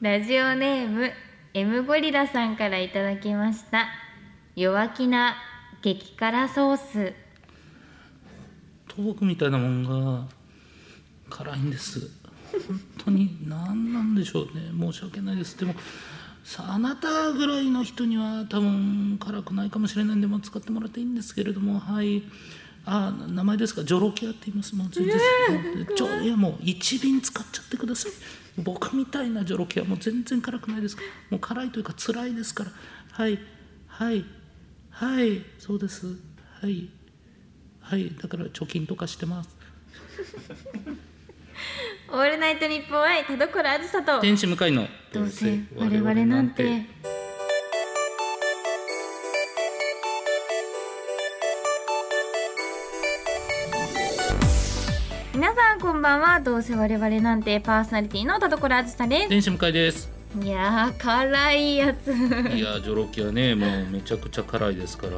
ラジオネーム M ゴリラさんからいただきました弱気な激辛ソーストークみたいなもんが辛いんです本当に何なんでしょうね申し訳ないですでもさあなたぐらいの人には多分辛くないかもしれないんで、まあ、使ってもらっていいんですけれどもはいあ名前ですかジョロキアって言いますもう全然、ちょいやもう一瓶使っちゃってください僕みたいなジョロキアもう全然辛くないですもう辛いというか辛いですからはいはいはいそうですはいはいだから貯金とかしてますオールナイトニッポン愛田所あずさと天使向かいのどうせ我々なんて皆さんこんばんはどうせ我々なんてパーソナリティの田所あずさで天使向かいですすいやー辛いやつすいやジョロキアね もうめちゃくちゃ辛いですから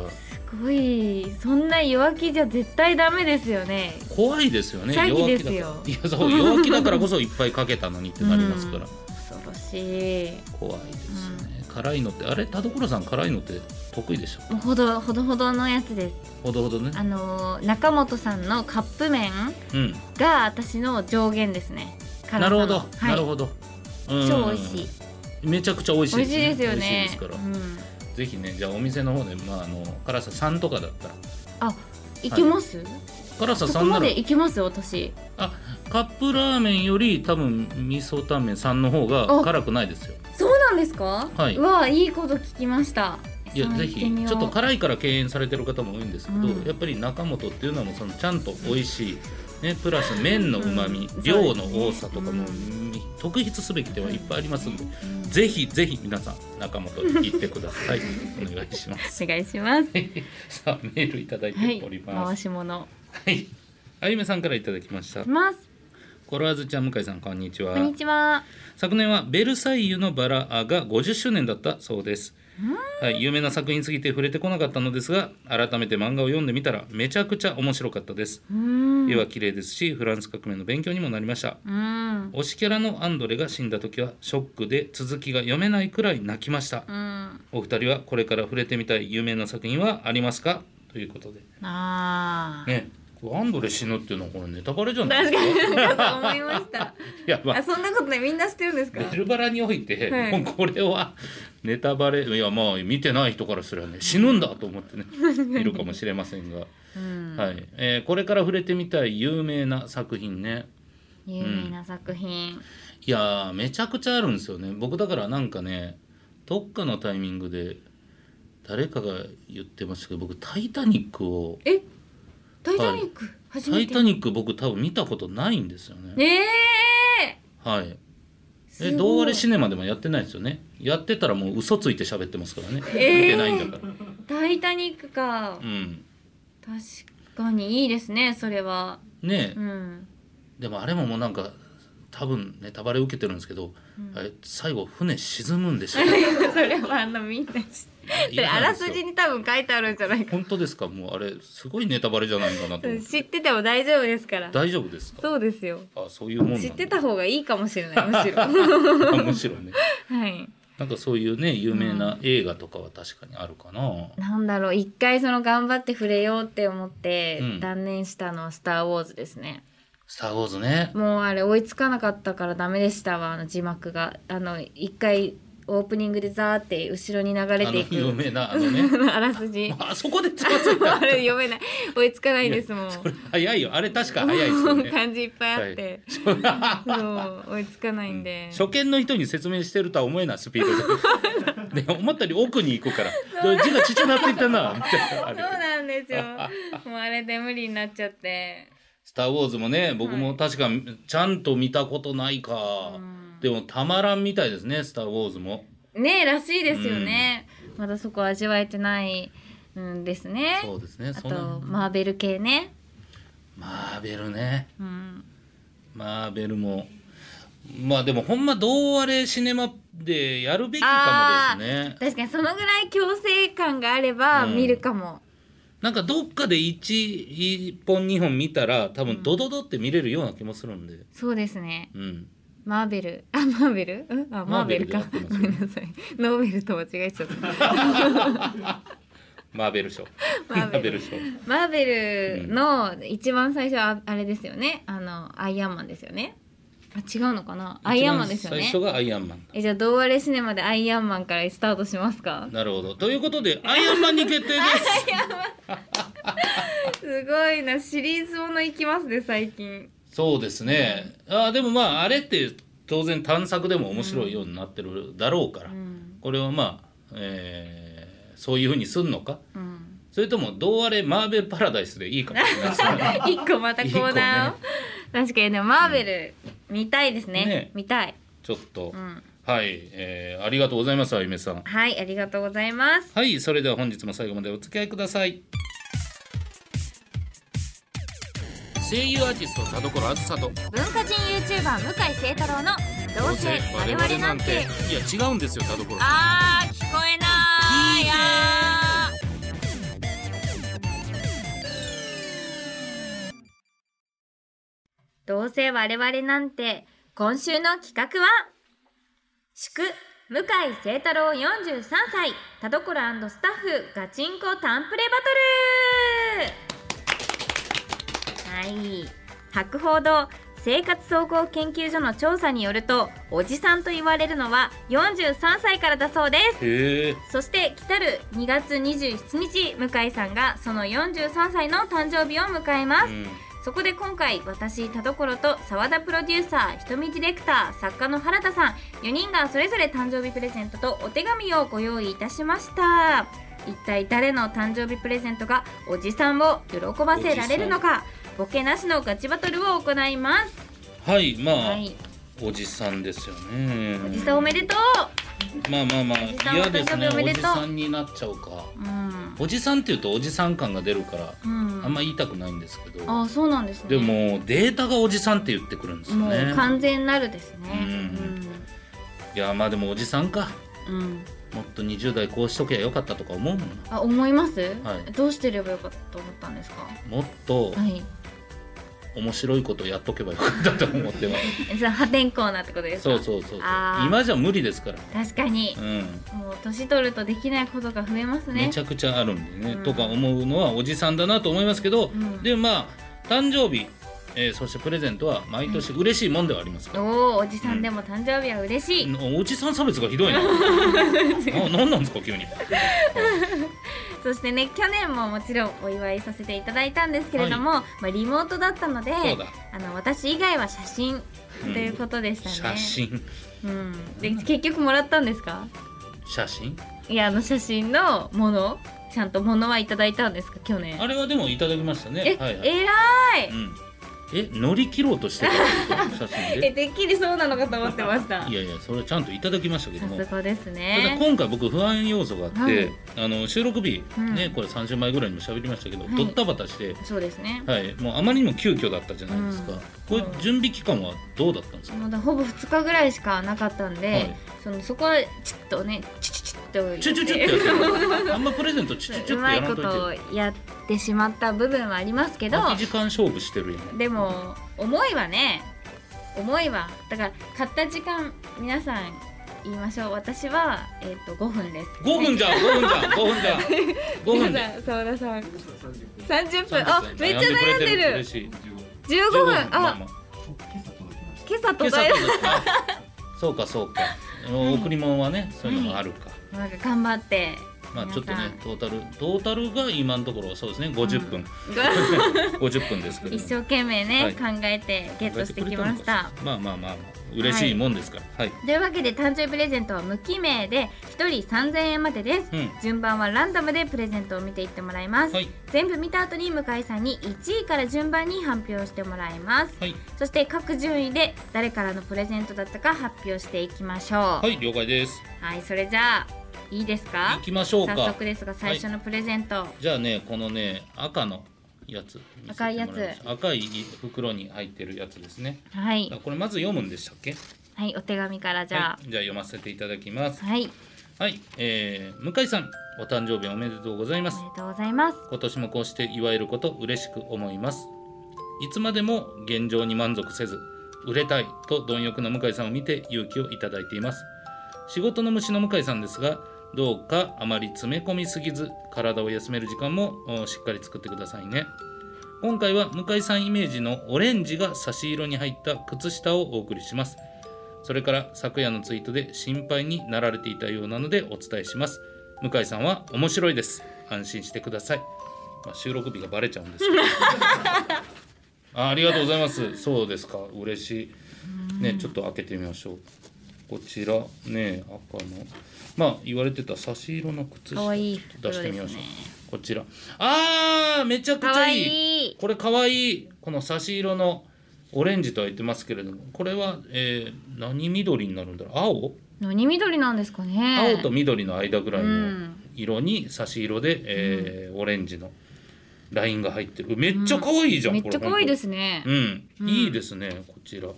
ごいそんな弱気じゃ絶対ダメですよね怖いですよね詐欺弱で気すだよからいやそう弱気だからこそいっぱいかけたのにってなりますから、恐ろしい怖いですね辛いのってあれ田所さん辛いのって得意でしたもうほどほどほどのやつですほどほどねあのー中本さんのカップ麺うんが私の上限ですね辛さなのるほど、はい、なるほどうん超美味しいめちゃくちゃ美味しい美味しいですよ美味ねしいですから、うん、ぜひねじゃあお店の方でまああの辛さ3とかだったらあ行けます、辛さそ3こまならで行きます私あカップラーメンより多分味噌タンメン3の方があ辛くないですよそうなんですかはいうわいいこと聞きましたいやさあぜ行てみひようちょっと辛いから敬遠されてる方も多いんですけど、うんやっぱり中本っていうのはもうそのちゃんと美味しい、ね、プラス麺のうまみ、うん量の多さとかも、そうです特筆すべき点はいっぱいありますんで、うんぜひぜひ皆さん中本に行ってくだ さいお願いしますお願いし ますさあメールいただいはておりいま回すし物はい、あゆめさんからいただきましたいますコロワーズちゃん向井さんこんにちはこんにちは昨年は「ベルサイユのバラ」が50周年だったそうです、はい、有名な作品すぎて触れてこなかったのですが改めて漫画を読んでみたらめちゃくちゃ面白かったですうーん絵は綺麗ですしフランス革命の勉強にもなりましたうん推しキャラのアンドレが死んだ時はショックで続きが読めないくらい泣きましたうんお二人はこれから触れてみたい有名な作品はありますかとい うことであーねこれアンドレ死ぬっていうのはこれネタバレじゃないで確すかかに ちょっと思いましたいやまああそんなことねみんな知ってるんですかベルバラにおいて、はいもうこれはネタバレいやまあ見てない人からすればね死ぬんだと思っ てねいるかもしれませんが、うんはいえーこれから触れてみたい有名な作品ね有名な作品いやーめちゃくちゃあるんですよね僕だからなんかねどっかのタイミングで誰かが言ってましたけど僕「タイタニック」をえ「タイタニック」 「初タめイてタニック」僕多分見たことないんですよね。ええはいすごえいどうあれシネマでもやってないですよねやってたらもう嘘ついて喋ってますからね、えー見てないんだからタイタニックかうん確かにいいですねそれはねえ、うん でもあれももうなんか多分ネタバレ受けてるんですけど、あれ最後船沈むんでしょそれはあのみんな知ってそ いれやあらすじに多分書いてあるんじゃないか本当ですかもうあれすごいネタバレじゃないかなと思って知ってても大丈夫ですから大丈夫ですかそうですよあそういうもんなんだ知ってた方がいいかもしれないむし ろあむしろねはいなんかそういうね有名な映画とかは確かにあるかな、なんだろう一回その頑張って触れようって思ってうん断念したのは「スター・ウォーズ」ですね、スター・ウォーズねもうあれ追いつかなかったからダメでしたわあの字幕があの一回オープニングでザーって後ろに流れあてのいく有名なあの ねあらすじあそこでつまずいたあれ読めない追いつかないですもんそれ早いよあれ確か早いです よね漢字いっぱいあって、そう追いつかないんで、初見の人に説明してるとは思えないスピード でで思ったより奥に行くからで字がちっちゃなってきたなみたいなそあうれなんですよもうあれで無理になっちゃって、スター・ウォーズ」もね僕も確かちゃんと見たことないか、うんでもたまらんみたいですね「スター・ウォーズも」ねえらしいですよね、まだそこ味わえてないんですねそうですねあそとのマーベル系ね、マーベルねうん、マーベルもまあでもほんまどうあれシネマでやるべきかもですね確かにそのぐらい強制感があればうん見るかも、なんかどっかで 1, 一本2本見たら多分ドドドって見れるような気もするんでそうですねうんマーベルあマーベルうんあマーベルかマーベルで合ごってますめよんなさいノーベルと間違えちゃった マーベル賞ママーーベベルル賞マーベルの一番最初はあれですよねあのアイアンマンですよねあ違うのかなアイアンマンですよ一番ね最初がアイアンマンえじゃあ「どうあれシネマ」でアイアンマンからスタートしますかなるほどということでアイアンマンに決定ですすごいなシリーズものいきますね最近そうですね、あーでもまああれって当然探索でも面白いようになってるだろうから、うんこれはまあ、えーそういうふうにすんのかうんそれともどうあれマーベルパラダイスでいいかもしれないです ね一個またコーナーを、一確かにでもマーベル見たいですねね見たい、ちょっと、うん、はい、えーありがとうございますあゆめさんはいありがとうございますはいそれでは本日も最後までお付き合いください声優アーティスト田所あずさと文化人 YouTuber 向井聖太郎の「どうせ我々なんていや違うんですよ田所」あー聞こえないあーどうせ我々なんて今週の企画は祝向井聖太郎43歳田所スタッフガチンコタンプレバトルはい博報堂生活総合研究所の調査によるとおじさんと言われるのは43歳からだそうですへえそして来たる2月27日向井さんがその43歳の誕生日を迎えます、うんそこで今回私田所と澤田プロデューサー瞳ディレクター作家の原田さん4人がそれぞれ誕生日プレゼントとお手紙をご用意いたしました一体誰の誕生日プレゼントがおじさんを喜ばせられるのかボケなしのガチバトルを行いますはいまあ、はいおじさんですよねおじさんおめでとまあまあまあおじさん嫌ですねお誕生日おおめでじとうさんになっちゃうかううんおじさんっていうとおじさん感が出るからうんあんま言いたくないんですけどあそうなんですねでもデータがおじさんって言ってくるんですよもねう完全なるですねいやまあでもおじさんかうん、うんもっと20代こうしとけばよかったとか思うもんなあ思います、はいどうしてればよかったと思ったんですかはもっとい面白いことやっとけばよかったと思ってまえそれ破天荒なってことですすそうかそうそうそうあー今じゃ無理ですから確かにう、んもう年取るとできないことが増えますねめちゃくちゃあるんでね、うんとか思うのはおじさんだなと思いますけど、んでまあ誕生日、えーそしてプレゼントは毎年嬉しいもんではありますから、おおおじさんでも誕生日は嬉しい、うんおじさん差別が ひどいなななんなんですか急にそしてね去年ももちろんお祝いさせていただいたんですけれども、まあ、リモートだったのでそうだあの私以外は写真とうんいうことでしたね、写真うん、で結局もらったんですか写真いやあの写真のものちゃんとものはいただいたんですか去年あれはでもいただきましたねえ、はいはい、えらい、うん、え乗り切ろうとしてる写真えでてっきりそうなのかと思ってましたいやいやそれちゃんといただきましたけどさすもがですただね今回僕不安要素があって、はいあの収録日、うんねこれ3週前ぐらいにも喋りましたけど、はいドッタバタしてそうですねはい、もうあまりにも急遽だったじゃないですか、うんこれ準備期間はどうだったんですか、まだほぼ2日ぐらいしかなかったんで、はいそのそこはちょっとねチュチュチュッと言ってチュチュチュってやってるあんまプレゼントチュチュチ うュってまやいらこんといとをてやってしまった部分はありますけど空き時間勝負してるやんでも思いはね思いはだから買った時間皆さん言いましょう私は、えっと5分です5分じゃん5分じゃん5分じゃん5分で皆さん澤田さん三十分あ30分めっちゃ悩んでる嬉しい十五15分まあまああ今朝今届い朝た届いたあそうかそうか、贈り物はねそういうのがあるか、なんか頑張ってまあちょっと皆さねんトータルトータルが今のところそうですね50分、50分 ですけど一生懸命ね、はい考えてゲットしてきましたまあまあまあまあ嬉しいもんですからはい、というわけで誕生日プレゼントは無記名で一人3000円までです、うん順番はランダムでプレゼントを見ていってもらいます、はい全部見た後に向井さんに1位から順番に発表してもらいます、はいそして各順位で誰からのプレゼントだったか発表していきましょうは、はいい、了解です。それじゃあいいですか行きましょうか。早速ですが最初のプレゼント、じゃあね、このね、赤のやつ。見せてもらいましょう赤いやつ赤い袋に入ってるやつですね。はいあこれまず読むんでしたっけ。はい、お手紙からじゃはい、じゃあ読ませていただきますあ。はい、はい、えー、向井さん、お誕生日おめでとうございますおめ。でとうございます今年もこうして祝えること嬉しく思いますいつまでも現状に満足せず売れたいと貪欲な向井さんを見て勇気をいただいています仕事の虫の向井さんですがどうかあまり詰め込みすぎず体を休める時間もおしっかり作ってくださいね今回は向井さんイメージのオレンジが差し色に入った靴下をお送りしますそれから昨夜のツイートで心配になられていたようなのでお伝えします向井さんは面白いです安心してください、まあ、収録日がバレちゃうんですけ どあありがとうございますそうですか嬉しいねちょっと開けてみましょうこちらね赤のまあ言われてた差し色の靴可下愛い出してみましょう、袋ですねこちらあーめちゃくち可ゃ愛いいいこれかわいいこの差し色のオレンジとは言ってますけれどもこれは、えー何緑になるんだろう青、何緑なんですかね青と緑の間ぐらいの色に差し色で、えーオレンジのラインが入ってるめっちゃかわいいじゃん、めっこれちゃ可愛いですね、うん、うんいいですねこちら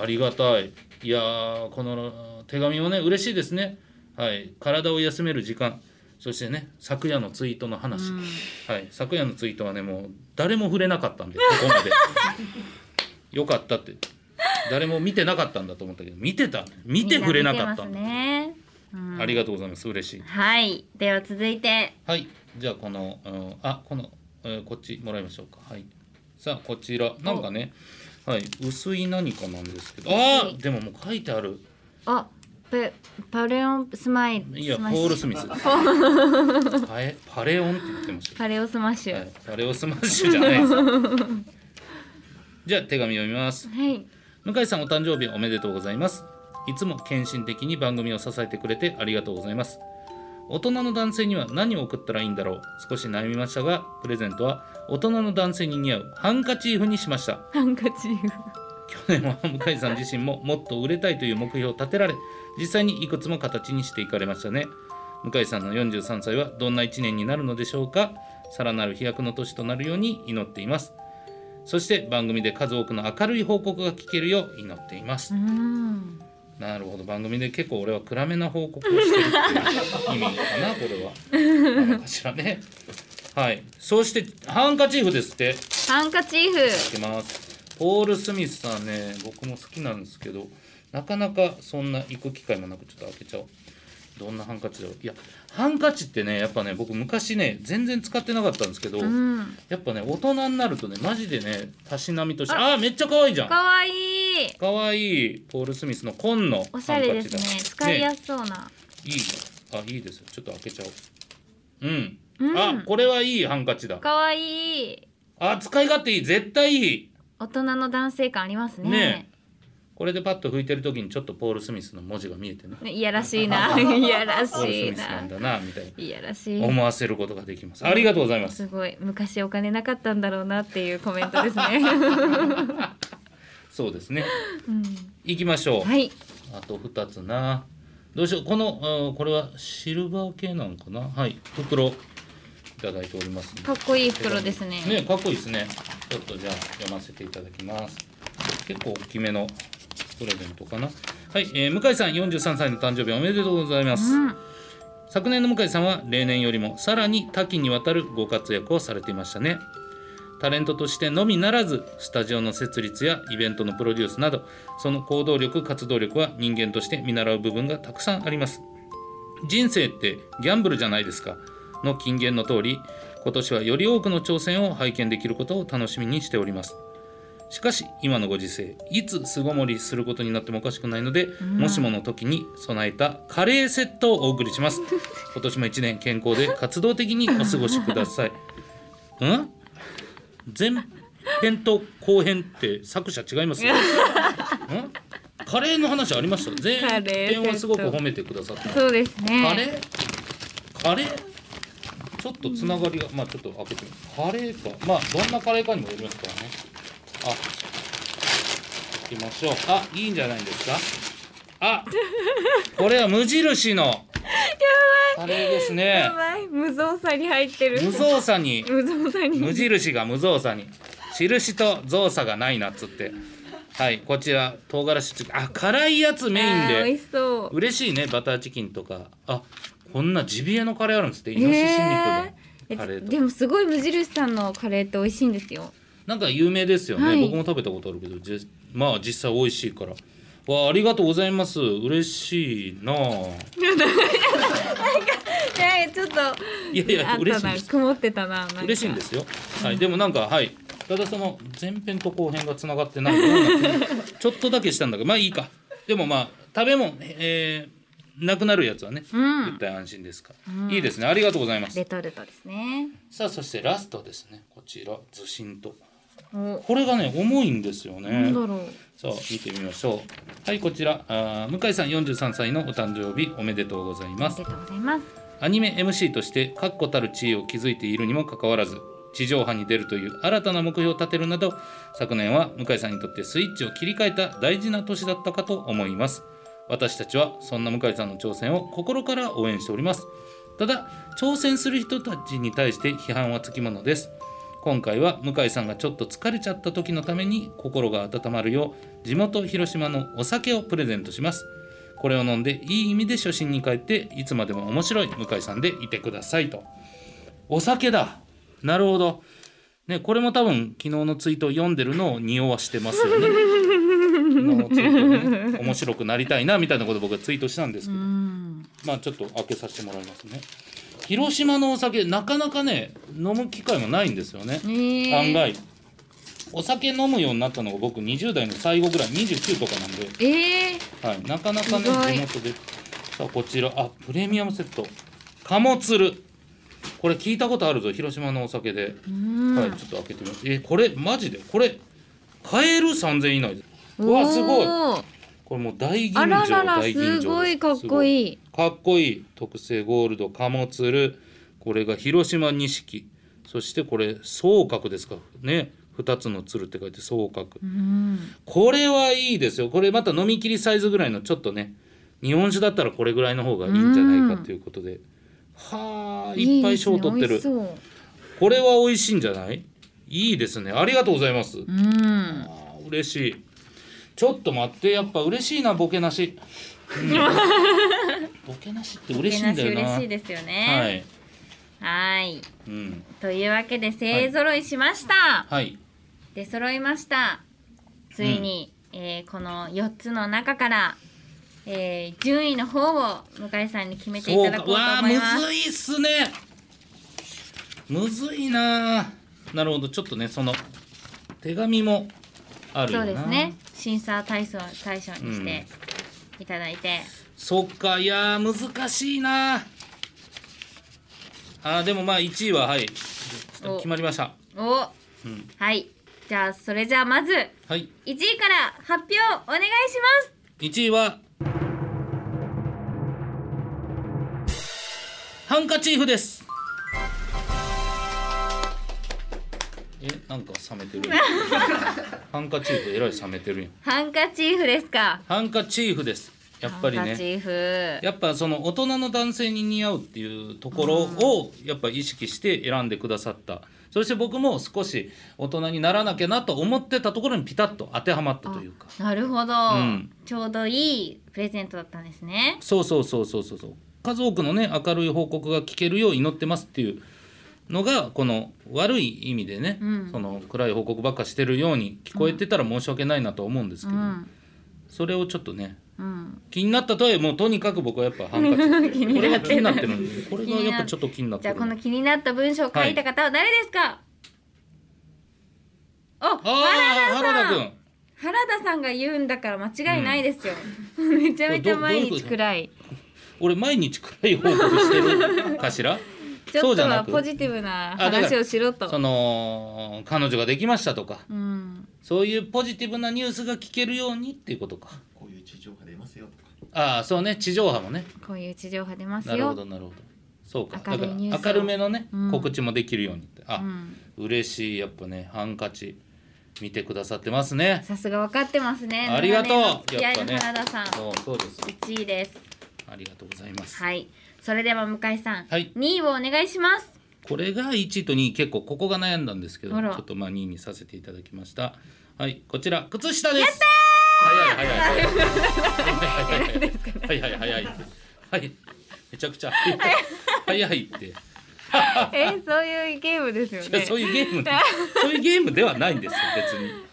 ありがたいいやーこの手紙もね嬉しいですねはい体を休める時間そしてね昨夜のツイートの話、うんはい昨夜のツイートはねもう誰も触れなかったんでここ までよかったって誰も見てなかったんだと思ったけど見てた見て触れなかった、みん見てますね、うんありがとうございます嬉しいはいでは続いてはい、じゃあこの、うんあこの、えーこっちもらいましょうか。はい。さあこちらなんかね、はい薄い何かなんですけど、あ薄ーでももう書いてある。あペパレオンスマイルいスやポマッシュールスミス。パエパレオンって言ってましたよ。パレオスマッシュは、はいパレオスマッシュじゃないです。 じゃあ手紙読みます。い、向井さんお誕生日おめでとうございますいつも献身的に番組を支えてくれてありがとうございます大人の男性には何を送ったらいいんだろう少し悩みましたがプレゼントは大人の男性に似合うハンカチーフにしましたハンカチーフ去年は向井さん自身ももっと売れたいという目標を立てられ実際にいくつも形にしていかれましたね向井さんの43歳はどんな1年になるのでしょうかさらなる飛躍の年となるように祈っていますそして番組で数多くの明るい報告が聞けるよう祈っていますうーんなるほど番組で結構俺は暗めな報告をしてるっていう意味かなこれ はなのかしらねはいそしてハンカチーフですってハンカチーフつけますポール・スミスさんね僕も好きなんですけどなかなかそんな行く機会もなくちょっと開けちゃおうどんなハンカチだろういやハンカチってねやっぱね僕昔ね全然使ってなかったんですけど、うんやっぱね大人になるとねマジでねたしなみとしてああーめっちゃ可愛いじゃんかわいい可愛いポール・スミスの紺のハンカおチしだゃれですね使いやすそうな、いいあいいですよちょっと開けちゃおううん、うんあこれはいいハンカチだかわいいあ使い勝手いい絶対いい大人の男性感ありますねねこれでパッと拭いてる時にちょっとポール・スミスの文字が見えてねねいやらしいな いやらポール・しスいミスななんだなみたいいやらしない思わせることができますありがとうございますすごい昔お金なかったんだろうなっていうコメント ですね、そうですねうん、行きましょう、はいあと2つなどうしようこのあこれはシルバー系なんかなはい袋いただいておりますねかっこいい袋ですねね、かっこいいですね。ちょっとじゃあ読ませていただきます。結構大きめのプレゼントかな。はい、えー向井さん43歳の誕生日おめでとうございます。うん昨年の向井さんは例年よりもさらに多岐にわたるご活躍をされていましたねタレントとしてのみならずスタジオの設立やイベントのプロデュースなどその行動力活動力は人間として見習う部分がたくさんあります人生ってギャンブルじゃないですかの金言の通り今年はより多くの挑戦を拝見できることを楽しみにしておりますしかし今のご時世いつ巣ごもりすることになってもおかしくないので、もしもの時に備えたカレーセットをお送り します今年も一年健康で活動的にお過ごしくださ いうん前編と後編って作者違い ますよ、うん、カレーの話ありました前カレーセッ編トをすごく褒めてくださったそうですねカレーカレーちょっとつながりが、まあちょっと開けてみカレーかまあどんなカレーかにもよりますからねあ行きましょうあいいんじゃないですかあこれは無印のカレーですねやばい無造作に入ってる無造作に無造作に無印が無造作に印と造作がないなっつってはいこちら唐辛子チキンあ辛いやつメインあー美で味しそう嬉しいねバターチキンとかあこんなジビエのカレーあるんですってイノシシ肉のえカレーとかでもすごい無印さんのカレーって美味しいんですよなんか有名ですよね、はい僕も食べたことあるけどじまあ実際美味しいからわあありがとうございます嬉しいなあやちょっといやいやあった嬉しいなです曇ってたななんか嬉しいんですよ、はい、でもなんかはいただその前編と後編がつながってないなんかちょっとだけしたんだけどまあいいかでもまあ食べ物、えーなくなるやつはね、うん絶対安心ですから、いいですねありがとうございますレトルトですねさあそしてラストですねこちらずしんとおこれがね重いんですよなねんだろうさあ見てみましょうはいこちらあー向井さん43歳のお誕生日おめでとうございまあすりがとうございますアニメ MC として確固たる地位を築いているにもかかわらず地上波に出るという新たな目標を立てるなど昨年は向井さんにとってスイッチを切り替えた大事な年だったかと思います私たちはそんな向井さんの挑戦を心から応援しておりますただ挑戦する人たちに対して批判はつきものです今回は向井さんがちょっと疲れちゃった時のために心が温まるよう地元広島のお酒をプレゼントしますこれを飲んでいい意味で初心に帰っていつまでも面白い向井さんでいてくださいとお酒だなるほどねこれも多分昨日のツイートを読んでるのを匂わしてますよねのツイートをね面白くなりたいなみたいなことを僕はツイートしたんですけどうんまあちょっと開けさせてもらいますね広島のお酒なかなかね飲む機会もないんですよねえー、案外お酒飲むようになったのが僕20代の最後ぐらい29とかなんでえー、はい、なかなか意ね、外地元で。さあ、こちら、あ、プレミアムセット。鴨鶴。これ聞いたことあるぞ、広島のお酒で。うん、はい、ちょっと開けてみます。え、これ、マジで、これ。買える三千以内で。うわおーすごいこれもう大吟醸。あららら大吟醸すごいかっこい。いいかっこいい、特製ゴールド、鴨鶴。これが広島錦。そして、これ、双鶴ですか。ね。二つの鶴って書いて、双鶴。うんこれはいいですよこれまた飲み切りサイズぐらいのちょっとね日本酒だったらこれぐらいの方がいいんじゃないかということで、はあいっぱい賞取ってるいいですね美味しこれは美味しいんじゃないいいですねありがとうございます、そううんあー嬉しいちょっと待ってやっぱ嬉しいなボケなし、うん ボケなしって嬉しいんだよななし嬉しいですよはねい、はいいうん、というわけで勢ぞろいしました、はい出揃いましたついに、えーこの4つの中から、えー順位の方を向井さんに決めていそたうだかこうとわあ思むいますずいっすねむずいなあなるほどちょっとねその手紙もあるよそなうですね審査対象対象にしていただいて、そっかいやー難しいなああーでもまあ1位ははいお決まりましたおうんはいじゃあそれじゃあまず1はい位から発表お願いします1位はハンカチーフですえなんか冷めて るやんハンカチーフえらい冷めてるやんハンカチーフですかハンカチーフですやっぱりハンカチねーフやっぱその大人の男性に似合うっていうところをやっぱ意識して選んでくださったそして僕も少し大人にならなきゃなと思ってたところにピタッと当てはまったというかあなるほど、んちょうどいいプレゼントだったんですねそうそうそうそうそうそう数多くのね明るい報告が聞けるよう祈ってますっていうのがこの悪い意味でね、うんその暗い報告ばっかしてるように聞こえてたら申し訳ないなと思うんですうけど、んそれをちょっとねうん気になったとはいえもうとにかく僕はやっぱハンカチ気にこれながってる気になってるんでこれがやっぱちょっと気になってじゃあるこの気になった文章を書いた方は誰ですか、おああ原田原さ田ん君原田さんが言うんだから間違いないですよ、 めちゃめちゃ毎日暗い俺毎日暗い報告してるかしら ちょそっうじとゃなはくポジティブなあだか話らをしろとその彼女ができましたとかうんそういうポジティブなニュースが聞けるようにっていうことかこういう地上波出ますよとか。ああそうね地上波もねこういう地上波出ますなるほよどなるほどそうか明だるかいニュースをら明るめのね、うん告知もできるようにってあ、うん嬉しいやっぱねハンカチ見てくださってますねさすが分かってますねありがとう長年の付き合いのやっぱ原ね田さん、そうそうです1位ですありがとうございます、はいそれでは向井さん、はい2位をお願いしますこれが1位と2位結構ここが悩んだんですけどあちらょっとまあ2位にさせていただきましたはいこちら靴下ですやったー早い早い早い早い早い早い早いはいはい早いめちゃくちゃ早い早いってえーそういうゲームですよ違う そうね。いうゲームでそういうゲームではないんですよ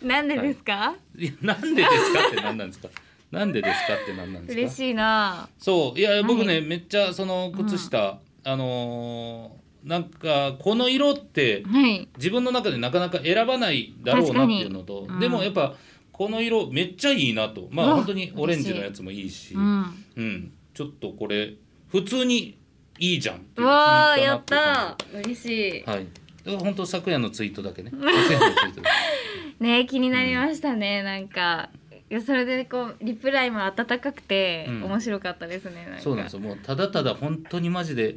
なんでですか、別にいやなんでですかって何なんですかなんでですかって何なんですか嬉しいな。そういや僕ね、はめっちゃその靴下、あのーなんかこの色ってはい。自分の中でなかなか選ばないだろうなっていうのと、確かにでもうんやっぱこの色めっちゃいいなとまうあわ本当にオレンジのやつもいいし、ううんん。ちょっとこれ普通にいいじゃんってういうわあ気にや入っったなた。嬉しっていう感じはいだから本当昨夜のツイート だけね昨夜のツイートだい。ね気になりましたね、なんか。いやそれでこうリプライも温かくて、うん面白かったですね。なんけかそうなんですよもうただただ本当にマジで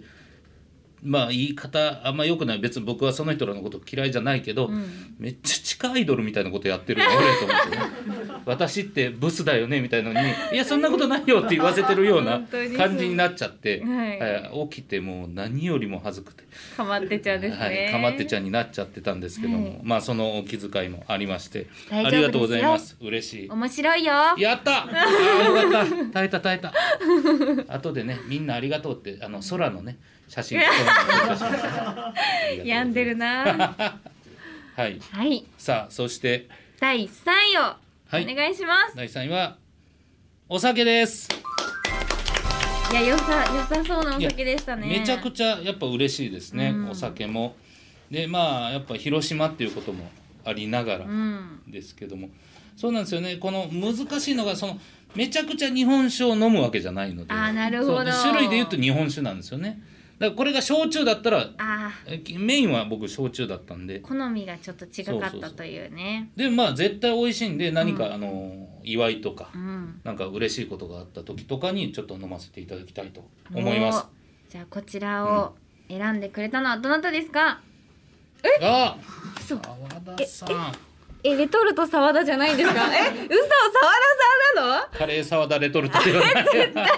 まあ言い方あんま良くない別に僕はその人らのこと嫌いじゃないけど、うんめっちゃ地下アイドルみたいなことやっ てるよ俺と思ってね私ってブスだよねみたいなのに「いやそんなことないよ」って言わせてるような本当にそう感じになっちゃって、はいはい起きてもう何よりも恥ずくて、かまってちゃんですね。はい、かまってちゃんになっちゃってたんですけども、はいまあそのお気遣いもありまして大あ丈夫ですよりがとうございます嬉しい。面白いよ。やったあーよかった耐えた耐えた後でねみんなありがとうってあの空のね 写真病んでるなな。はいはい。さあそして第3位をはいお願いします。第3位はお酒です、い、や良さ良さそうなお酒でしたね。めちゃくちゃやっぱ嬉しいですね、うんお酒もでまあやっぱ広島っていうこともありながらうん。ですけども、そうなんですよねこの難しいのがそのめちゃくちゃ日本酒を飲むわけじゃないのであーなるほどそう種類で言うと日本酒なんですよねだからこれが焼酎だったらあえメインは僕焼酎だったんでー好みがちょっと違かったというね。でまあ絶対美味しいんで何か、うんあの祝いとかうん。なんか嬉しいことがあった時とかにちょっと飲ませていただきたいと思います。お。じゃあこちらを選んでくれたのはどなたですか。あ、そう澤田さん、えレトルト沢田じゃないんですか。 え嘘沢田さんなの？カレー沢田レトルトではない。絶対沢田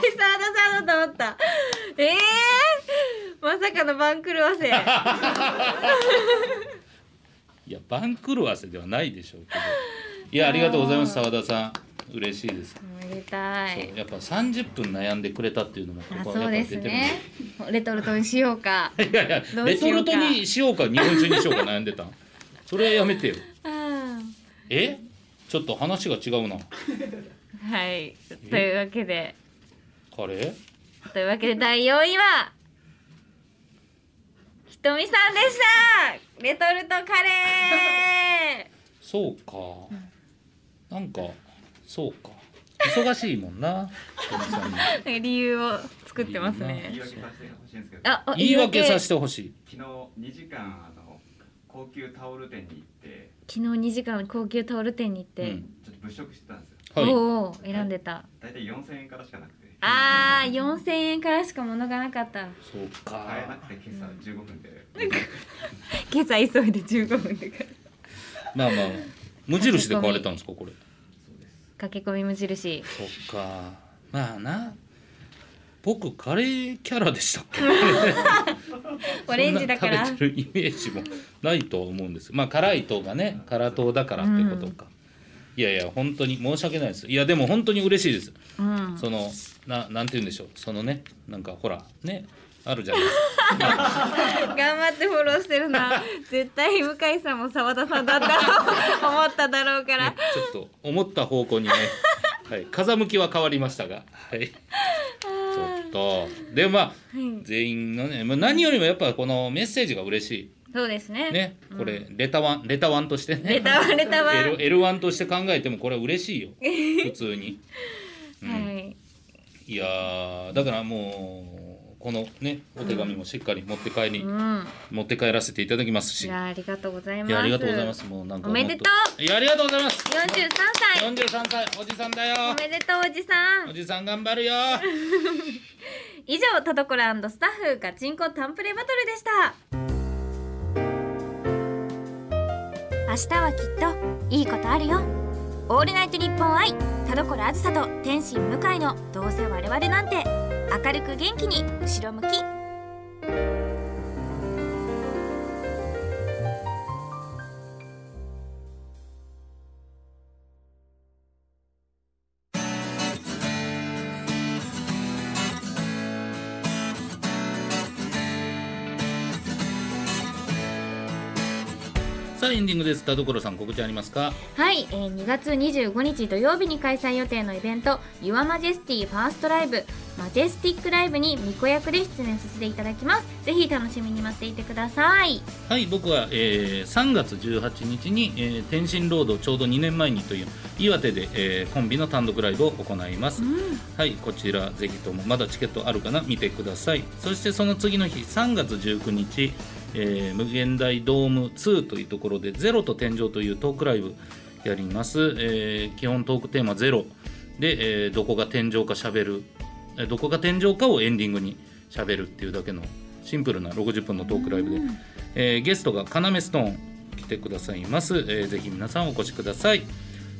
さんだと思った。ええー、まさかの番狂わ せ。いや番狂わせではないでしょうけど。いやありがとうございます澤田さん、嬉しいです。おめでたいそう。やっぱ30分悩んでくれたっていうのもこあこそはうでやっぱ出てするんでね。レトルトにしようか。いやいやどうレしトよルうかトにしようか日本酒にしようか悩んでたん。それはやめてよ。うんえ？ちょっと話が違うな。はい。というわけで、カレー？というわけで第4位は、ひとみさんでしたレトルトカレそうか。なんかそうか。忙しいもんな。ひとみさんねーなんか理由を作ってます言いね。訳させてほしいんですけど、 あ、お言い訳させてほしい。昨日2時間あの高級タオル店に行って昨日2時間高級タオル店に行っうて、んちょっと物色してたんですよ。はい。おお選んでた。大体4000円からしかなくて、あー、4000円からしか物がなかった。そう買えなか。くて今朝15分で。 今朝急いで15分で買うまあまあ無印で買われたんですかこれ。そうです。駆け込み無印。そっか。まあな。僕カレーキャラでしたっけ。オレンジだから。そんな食べてるイメージもないとは思うんです。まあ辛い糖がね辛糖だからってことか。いやいや本当に申し訳ないです。いやでも本当に嬉しいです。うん。そのななんて言うんでしょうそのねなんかほらねあるじゃないです頑張ってフォローしてる な絶対向井さんも澤田さんだった と思っただろうかか、ねら、ちょっと思った方向 にね、はい、風向きは変わりましたが、はい、ちょっとでまあはい全員のね、まあ、何よりもやっぱこのメッセージが嬉しそうですねいねこれ、レタワンレタワンとしてねレタワンレタワン L, L1 として考えてもこれは嬉しいよ 普通にはい、いやーだからもうこのねお手紙もしっかり持って帰り、うん、持って帰らせていただきますしいやありがとうございますいやありがとうございます。もうなんかもっおめでといやありがとうございます。 43歳四十三歳おじさんだよ。おめでとうおじさおんじさん頑張るよ。以上田所スタッフガチンコタンプレバトルでした明日はきっといいことあるよオールナイト日本愛田所あずさと天心向井のどうせ我々なんて明るく元気に後ろ向きさあエンディングです田所さん告知ありますかはい、えー2月25日土曜日に開催予定のイベント「YourMajesty ファーストライブマジェスティックライブに巫女役で出演させていただきますぜひ楽しみに待っていてくださいはい僕は、えー3月18日に、えー天津ロードちょうど2年前にという岩手で、えーコンビの単独ライブを行います、はいこちらぜひともまだチケットあるかな見てくださいそしてその次の日3月19日、えー無限大ドーム2というところで「ゼロと天井」というトークライブやります、えー基本トークテーマ「ゼロで、えーどこが天井かしゃべるえーどこが天井かをエンディングにしゃべるっていうだけのシンプルな60分のトークライブで、えーゲストが要ストーン来てくださいます、えーぜひ皆さんお越しください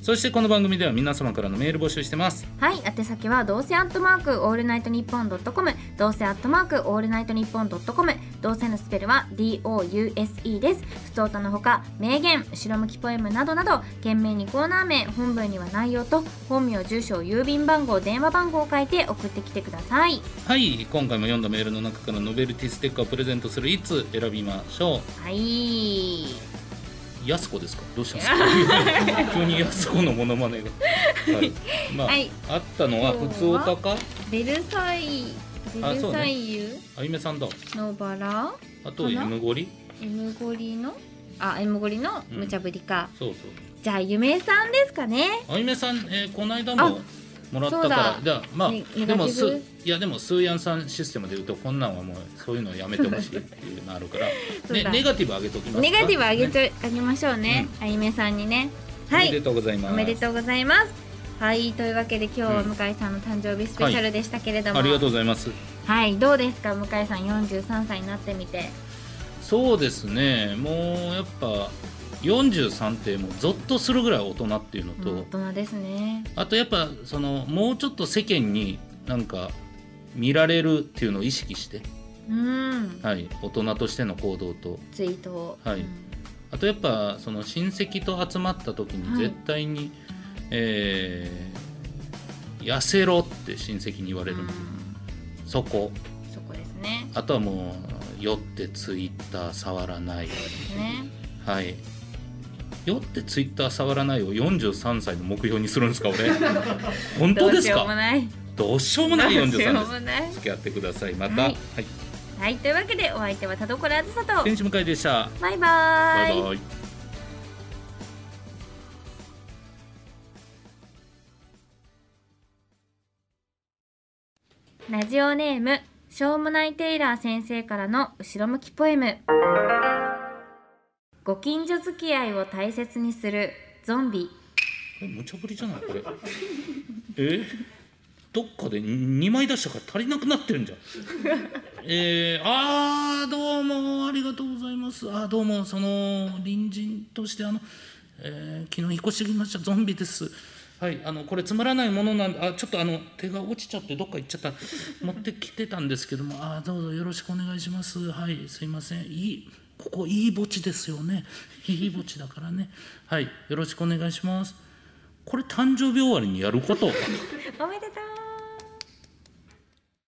そしてこの番組では皆様からのメール募集してますはい宛先はどうせアットマークオールナイトニッポンドットコムどうせアットマークオールナイトニッポンドットコムどうせのスペルは DOUSE です不相談のほか名言後ろ向きポエムなどなど懸命にコーナー名本文には内容と本名住所郵便番号電話番号を書いて送ってきてくださいはい今回も読んだメールの中からノベルティステッカーをプレゼントするいつ選びましょはい。うやすこですかどうしたんですか 急にやすこのモノマネが、はいまあ、はいあったのは普通おたかベルサイベあルそうねサイユあゆめさんだのバラ、あと M ゴリ M ゴリのあ M ゴリのうん無茶ぶりか、そうそじゃあゆめさんですかねうあゆめさん、えーこの間あももらったからそうだじゃあまあ、ねネガティブでもすいやでもスーヤンさんシステムで言うとこんなんはもうそういうのやめてほしいっていうのあるから そうねだネガティブ上げときますかネガティブあげと、あげましょうね、あゆめさんにねはおめでいとうございますおめでとうございますはいというわけで今日は向井さんの誕生日スペシャルでしたけれども、ありがとうございますはいどうですか向井さん43歳になってみてそうですねもうやっぱ43ってもうゾッとするぐらい大人っていうのと、もう大人ですねあとやっぱそのもうちょっと世間になんか見られるっていうのを意識して、うんはい、大人としての行動とツイートを、はいうんあとやっぱその親戚と集まった時はにい絶対に、えー痩せろって親戚に言われるの、うんそこそこですねあとはもう酔ってツイッター触らないねはい。酔ってツイッター触らないを43歳の目標にするんですか俺 本当どうですしようもかないどうしようもないどうしよう43もですない付き合ってくださいまはた、はいいはいというわけでお相手は田所あずさと天使向かいでしたバイババイイバイラジオネームしょうもないテイラー先生からの後ろ向きポエムご近所付き合いを大切にするゾンビえ無茶ぶりじゃないこれえどっかで2枚出したから足りなくなってるんじゃんえー、あーどうもありがとうございますあーどうもその隣人としてあの、えー昨日引っ越してきましたゾンビですはいあのこれつまらないものなんであちょっとあの手が落ちちゃってどっか行っちゃった持ってきてたんですけどもあーどうぞよろしくお願いしますはいすいませんいいここいい墓地ですよねいい墓地だからねはいよろしくお願いしますこれ誕生日終わりにやることおめでとう